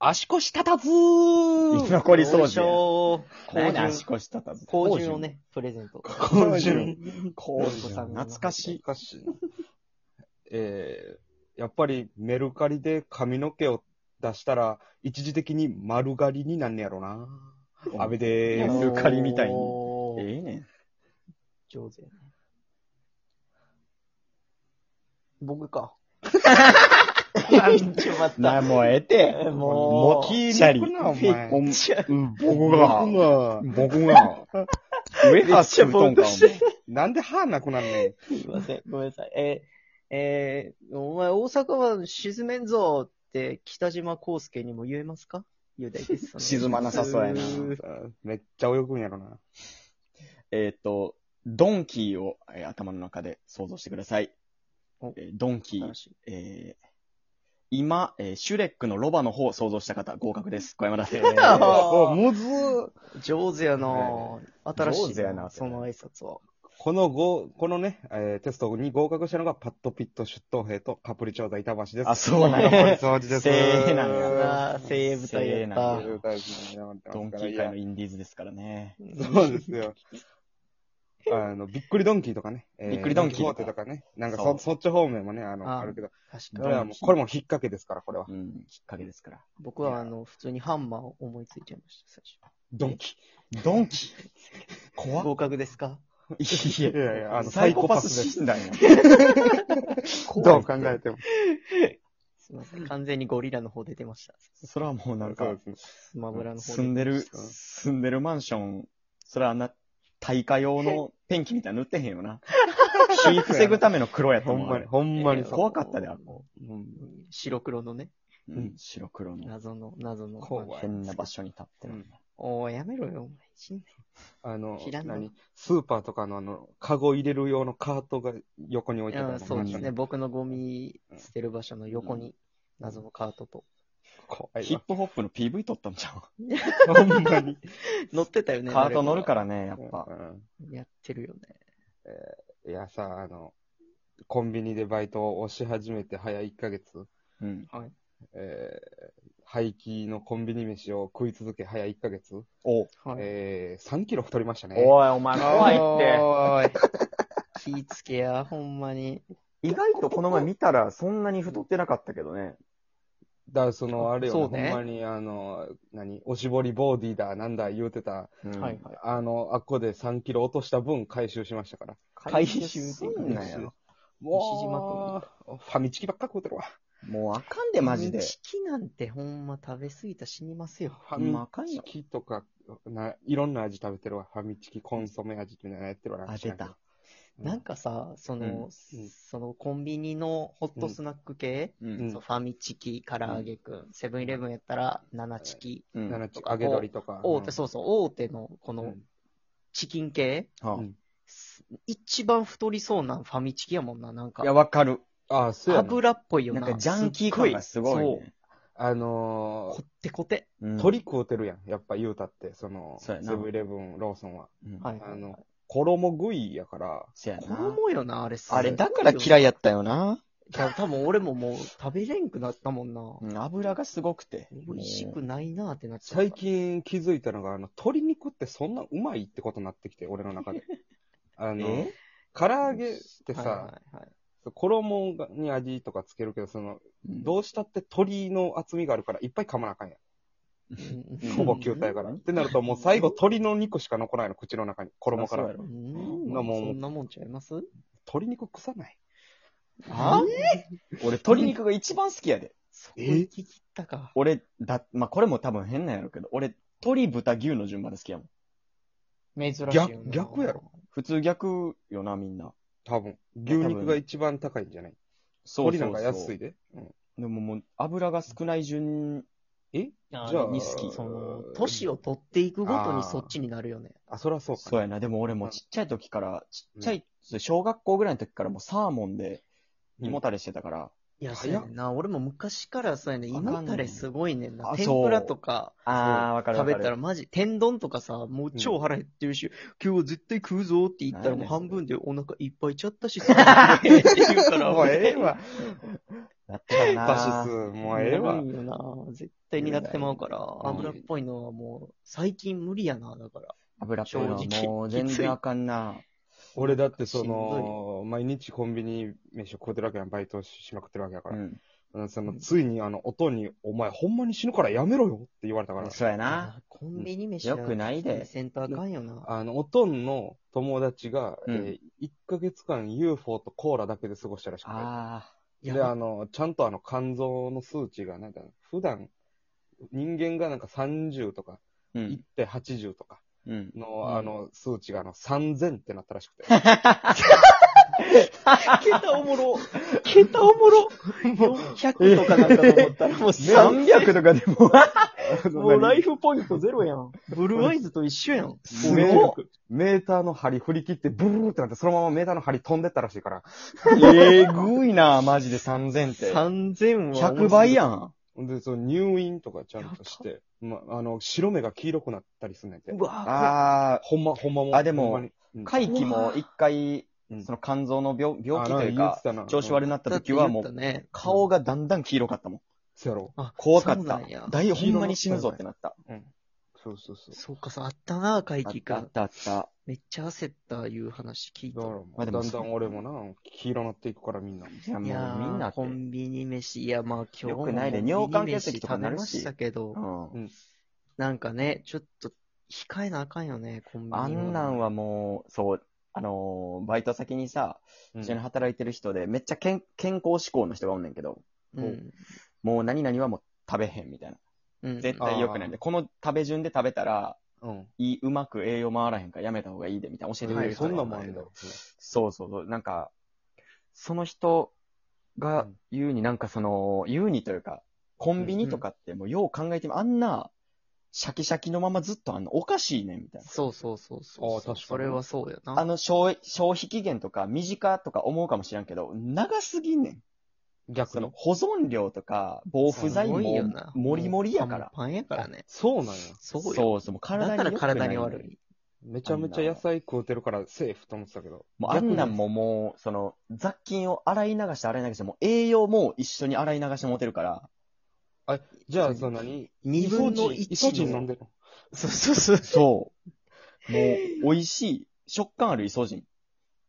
足腰立たず生き残り掃除除。何麹足腰立たず。麹麹を。ね、プレゼント。麹麹麹麹さんの懐かしい。しかし、えー、やっぱりメルカリで髪の毛を出したら、一時的に丸刈りになんねやろな。うん安倍でメーす。ルカリみたいにおーええねん。上手やね。僕か。ちょっとな、待っもうええて。た。ももう、う、シャリ。抜くなお前ほんうん僕僕が、が、僕が、上橋しぶとんか、お前なんで歯なくなんねん。すいません。ごめんなさい。えーえーお前大阪は沈めんぞって北島康介にも言えますか雄大です。沈まなさそうやなめっちゃ泳ぐんやろな。えっと、ドンキーをえー頭の中で想像してくださいお。えードンキー楽しい、えー今、えーシュレックのロバの方を想像した方、合格です。小山田です。だおむず上手やなは新しい。上手やなその挨拶は。このご、このね、えーテストに合格したのが、パッドピット出頭兵とカプリ調査板橋です。あ、そうなんやっや。ぱり掃除です。せーなんやああ、精鋭部隊やっあたそ精鋭。ういうタイプのドンキー界のインディーズですからね。そうですよ。あの、びっくりドンキーとかね。えーびっくりドンキードとンキかホーテとかね。なんかそそ、うそっち方面もね、あの、ああるけど。確こかれに。はもう、これも引っ掛けですから、これはう。ん、きっかけですから。僕はあの、普通にハンマーを思いついちゃいました、最ドンキドンキー初。怖っ合格ですかいいやいやあのサイコパスサイコパス診断や。ー。怖どいう考えても。すいません。完全にゴリラの方出てました。それはもうなんそかう、ですね。スマブラの方住んでる、住んでるマンション、それはあんな、耐火用 のペンキみたいなの塗ってへんよ な。火防ぐための黒やとほ思んうあまれに、。ほんまにえーそう。怖かったで、あれもうん白黒のね、ううんん、白黒の。謎の、謎の。怖い変な場所に立ってる。おー、やめろよ、お前。死んあの知ら、んの何スーパーとかのあの、カゴ入れる用のカートが横に置いてだたいのやそうですなね。んか僕のゴミ捨てる場所の横に、謎のカートと。怖いヒッわ。プホップの PV 撮ったんちゃ ほんまに。乗ってたようね。。カート乗るかららね、やっぱ。うんやってるよね。いやさ、あの、コンビニでバイトをし始めて早1ヶ月。うん。えー廃棄のコンビニ飯を食い続け、早1ヶ月、おい、はい。えー3キロ太りましたね。お前怖いって。気ぃつけや、ほんまに。て。意外とこの前見たらそんなに太ってなかったけどね。だからその、あれそよ、うねほんまに、あの、何、おしぼりボディだ、なんだ言うてた、うんはいはい。あの、あっこで3キロ落とした分回収しましたから。回収すすんんななよよ。もう、ファミチキばっか食うてるわ。もうあかんで、マジで。チキなんてほんま食べ過ぎたら死にますよ。ファほんまあかんミよチキとか、ないろんな味食べてるわ。ファミチキ、コンソメ味っていうのやってるわ。あ、出た。うん。なんかさ、その、うんそのコンビニのホットスナック系、ううんん。そうファミチキ、唐揚げくん、セブンイレブンやったら、七チキ、うんなんか揚げ鶏とか。大手、そうそう、大手のうこのんチキン系、はうんす一番太りそうなファミチキやもんな、なんあかいや、。わかる。あ、そうやな。油っぽいよなな。んかジャンキーっご感がすごいね。あのーそう、こってこて。うん鳥食うてるやん。やっぱ言うたって、その、そうセやなブンイレブン、ローソンは。うんはいあの、衣食いやから、せやな。衣よな、あれすごあいよれ、なだから嫌いやったよな。いや、多分俺ももう食べれんくなったもんな。うん油がすごくて。美味しくないなってなっちゃった最。近気づいたのが、あの、鶏肉ってそんなうまいってことになってきて、俺の中 で。あのえ、唐揚げってさ、はいはいはい衣がに味とかつけるけど、その、どうしたって鶏の厚みがあるから、いっぱい噛まなあかんやん。うんほぼ球体から。うんってなると、もう最後鶏の肉しか残らないの、口の中に。衣かあそうらや。ろうん、なもんそんなもんちゃいます鶏肉腐ない。あ俺、鶏肉が一番好きやで。そこ行き切ったか。俺、だ、まあ、これも多分変なんやろうけど、俺、鶏、豚、牛の順番で好きやもん。珍しいよな。逆逆やろ。普通逆よな、みんな。多分。牛肉が一番高いんじゃないそうそうそう鶏なんか安いで。うんでももう、油が少ない順、じゃじゃあに好きその、年を取っていくごとにそっちになるよね。あ、そりゃそうかそな。うやな。でも俺もちっちゃい時から、ちっちゃい、小学校ぐらいの時からもうサーモンで胃もたれしてたから、いや、そう早っやねんな。俺も昔からそうやねん。あか胃んねんもたれすごいねんな。あ天そうぷらとかあー、わかるわ食かべる。たらマジ、天丼とかさ、もう超腹減ってるし、今日は絶対食うぞって言った らもう半分でお腹いっぱいちゃったし、それって言うから、もうええわ。なってたな。バシス、もうええわな。るんよな。絶対になってまうから、ん油っぽいのはもう、最近無理やな、だから。油っぽいのは正直もう全然あかんな。俺だってそしの、毎日コンビニ飯を食うてるわけやん、バイトしまくってるわけやかうら。ん。うんその、ついにあの、音に、お前ほんまに死ぬからやめろよって言われたから。そうやな。コンビニ飯はよくないでセンターあかんよな。あの、おとんの友達が、うんえ1ヶ月間 UFO とコーラだけで過ごしたらしくあいやて。で、あの、ちゃんとあの、肝臓の数値が、なんか、普段、人間がなんか30とか、あ。うん。 1.80とかうん。の、うんあの、数値があの、3000ってなったらしくて。桁おもろ。 桁お もろ。400とかなんかと思ったら、もう300 300とかで も、もうライフポイントゼロやん。 ブルーアイズと一緒やん。 すごいメーメーターの針振り切って、ブルーってなって、そのままメーターの針飛んでったらしいから。えぐいな、マジで3000って。 3000は。 100倍やん。ん。で、その入院とかちゃんとして、ま、あの、白目が黄色くなったりすんねんて。うわあほんま、ほんまもん。あでもほんまに、うんー、回帰も一回うん、その肝臓の病病気といあなうん言っかて、たな調子悪くなっただって時言はっもたう、ね。顔がだんだん黄色かったもん。そうやろ。あ怖かっそうなたんや。大ほんまに死ぬぞってなった。うん。そうそうそう。そうか、そう、あったな、怪あっ奇たあっ君。たあった。めっちゃ焦った、いう話聞いただ。からもまあう、でもだんだん俺もな、黄色なっていくからみんな。いや、もういみやーんなってコ。ンビニ飯、いや、まあ今日もよくないで尿管結石とかなるしコンビニ飯食べましたけど、うんなんかね、ちょっと控えなあかんよね、コンビニは。あんなんはもう、そう、あのーバイト先にさ、うん一緒に働いてる人で、めっちゃ健健康志向の人がおんねんけど、うん。もう何々はもう食べへんみたいな。うん。絶対良くないんで、この食べ順で食べたら、うん。いい、うまく栄養回らへんからやめた方がいいで、みたいな教えてくれはるい人そがんいなんるんもあんだだけどよ。そうそうそう。なんか、その人うがん言うに、なんかその、言うにというか、コンビニとかってもうよう考えても、あんな、シャキシャキのままずっとあんのおかしいねん、みたいな。そうそうそうそう。あー確かにそれはそうやあな。の消費、消費期限とか短とか思うかもしれんけど、長すぎんねん。逆そのに。保存量とか、防腐剤もすごいよな、もりもりやから。パンパンやからね。そうなんや。そうよ。そうそう、もう体だにから良くない体に悪い。めちゃめちゃ野菜食うてるからセーフと思ってたけど。もうあんなんももう、その、雑菌を洗い流して洗い流して、もう栄養も一緒に洗い流して持てるから、じゃあ、そんなに、二分の一のイソジン飲んでるのそうそうそう。そう。もう、美味しい、食感あるイソジン。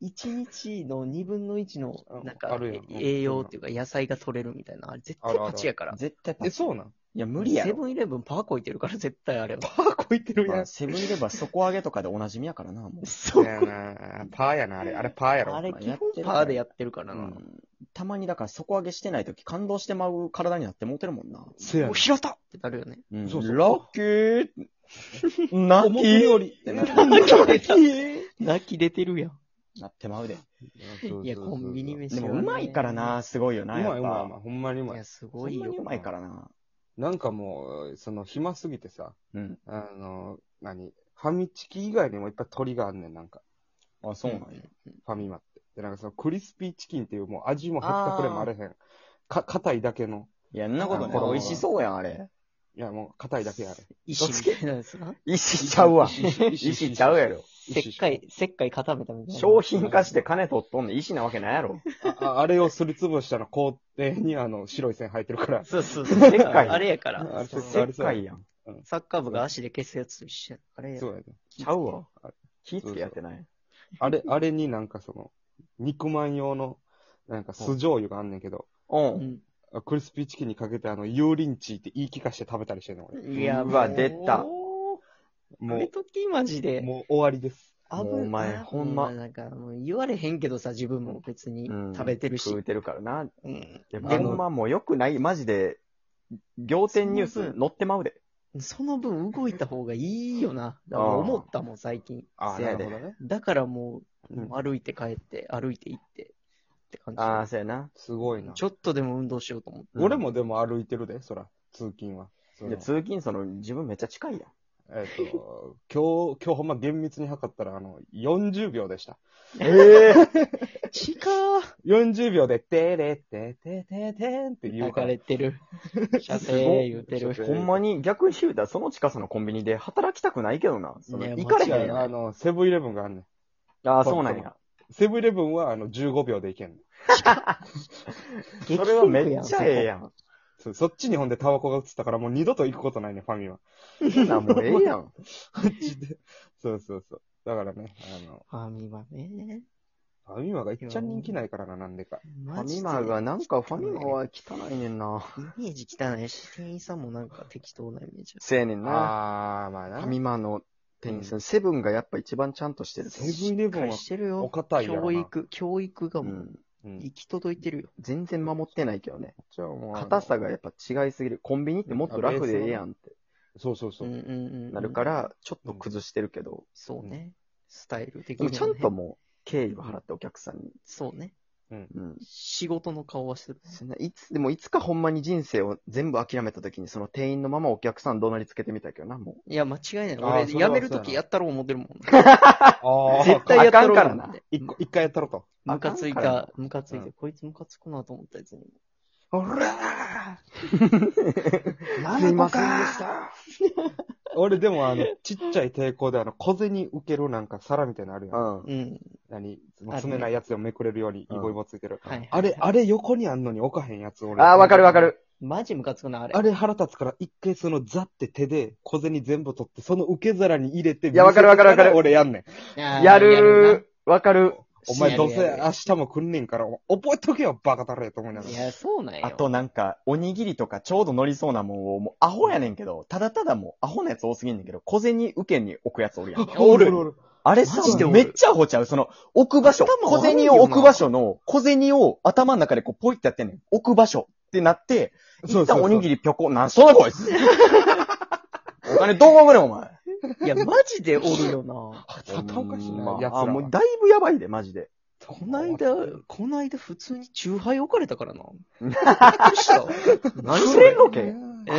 一日の二分の一のあ、なんかあるよ、栄養っていうか野菜が取れるみたいな。あれ絶あ対るある立ちやから。絶対パえ、ンそうなんいや、無理やセろ。ブンイレブンパーこいてるから絶対あれ は。パーこいてるまやあん。セブンイレブンは底上げとかでおなじみやからな、もう。そいやなパーやな、あれ。あれパーやろ。あれまあ基やって本るパからーでやってるからうな。んたまにだから底上げしてないとき感動してまう体になって持てるもんな。せやお、ねん拾ったってなるよね。うんそうそうラッキーナッ思キうーより。 ってなって泣き出た。 泣き出てるやん。 なってまうで。いや、コンビニ飯ではねもうまいから。な、すごいような、まいやうっぱ。まいうまい。ほんまにういまいや、。すほごんいまよに。うまいからな。なんかもう、その、暇すぎてさ、うん。あの、何ファミチキ以外にもいっぱい鳥があんねん、なんか。あ、そうなんや。ファミマって。で、なんかその、クリスピーチキンっていう、もう味も八角でもあれへん。か、硬いだけの。いや、んなことあね。これ美味しそうやん、あれ。いや、もう、硬いだけやあれ。石みたいなやつな。石ちゃうわ石ちゃうやろ。石灰、石灰固めたみたいな。商品化して金取っとんねん。石なわけないやろ。ああれをすりつぶしたの、工程に、あの、白い線入ってるから。そうそうそう。石灰あれやから。あれ、そう世界やん。サッカー部が足で消すやつと一緒や。あれやそうやね。ちゃうわ。気付けやってない。あれ、あれになんかその、肉まん用の、なんか酢醤油があんねんけど、う。うんん。クリスピーチキンにかけてあの、油淋鶏って言い聞かして食べたりしてんの、俺。いや、うわも出たもう、あもれ時マジう、で。もう終わりです。危もうお前あほんまもうなんか、もう言われへんけどさ、自分も別にうん食べてるし。食うてるからな。うんいや、あのほんまもう良くない。マジで、仰天ニュース載ってまうで。その分動いた方がいいよな。だから思ったもん、最近。ああ、せなるやでほどね。だからもう、うん歩いて帰って、歩いて行って、って感じ。ああ、そうやな。すごいな。ちょっとでも運動しようと思って。うん俺もでも歩いてるで、そら、通勤は。そいのや、通勤、その、自分めっちゃ近いやん。えっ、と、 今日、今日ほんま厳密に測ったら、あの、40秒でした。え えちかー40秒で、てれって、てててんって言うか流ら。れてる。射すごっ 精言うてる。ほんまに、逆に言うたら、その近さのコンビニで働きたくないけどな。その、ね行かれいやへんやん。あの、セブンイレブンがあんねん。ああ、そうなんや。セブンイレブンはあの15秒で行けんの。激それはめっ戦ち区ゃええやん。そうそっちにほんでタバコが映ったからもう二度と行くことないね、ファミは。そんなんもうええ やん。こっちで。そうそうそう。だからね、あの、そこファミマね。ファミマがいっちゃん人気ないからな、なんでか。フファミマが、なんかファミマは汚いねんな。イメージ汚いし、店員さんもなんか適当なイメージあせやねんな。あー、まあフなァミマの店員さん、セブンがやっぱ一番ちゃんとしてるとセ思ブンイレブる。しっかンりはしてるおよ。堅いやろな。教育、教育がう。う。もうんうん。行き届いてるよ。全然守ってないけどね。じゃあもうあの硬さがやっぱ違いすぎる。コンビニってもっと楽でええやんってそうそうそうう。んうんうん。なるか、ら、ちょっと崩してるけど、そうね。スタイル的でにももね。ちゃんともう敬意を払ってお客さんに。そうね。うん。仕事の顔はしてる。そんないつ、でもいつかほんまに人生を全部諦めた時に、その店員のままお客さん怒鳴りつけてみたいけどな、もいや、間違いない。あー俺、それは辞めるそうやとなきやったろう思ってるもん。 ああ、絶対かやったろうあ んなって一個一回やったろと。ムカついあかんからた、ムカついた。うんこいつムカつくなと思ったやつに。う。おらー何すいま個せかんでした。俺でもあ の、ちっちゃい抵抗であの、小銭受けるなんか皿みたいなのあるやん。うん。うん。何あるね詰めないやつでもめくれるようにイうんボイボついてる。はいはい。あれ、あれ横にあんのに置かへんやつ俺。ああ、わかるわか。る。マジムカつくな、あれ。あれ腹立つから一回そのザって手で小銭全部取って、その受け皿に入れて、いやわかるわかるわか見せるてら俺やんねん。あーやるー。わかる。お前やどるうせ明日も来んねんから、覚えとけよ、バカだれと思いなやがるら。いや、そうなんよ。あとなんか、おにぎりとかちょうど乗りそうなもんを、もうアホやねんけど、ただただもうアホなやつ多すぎんねんけど、小銭受けに置くやつおるやん。 おるおる。あれさマジで、おるめっちゃアホちゃう。その、置く場所。頭小悪いよな銭を置く場所の、小銭を頭の中でこうポイってやってんねん。置く場所ってなって、そう一そう旦そうおにぎりぴょこ、なん、そんな こいつ。お金どう思うねん、お前。いや、マジでおる よな。あ、頭おかしいなほん、まやつらあ、は。もうだいぶやばいで、マジで。こないだ、 こないだ普通にチューハイ置かれたからな。びっくりしたわ。何してんのけ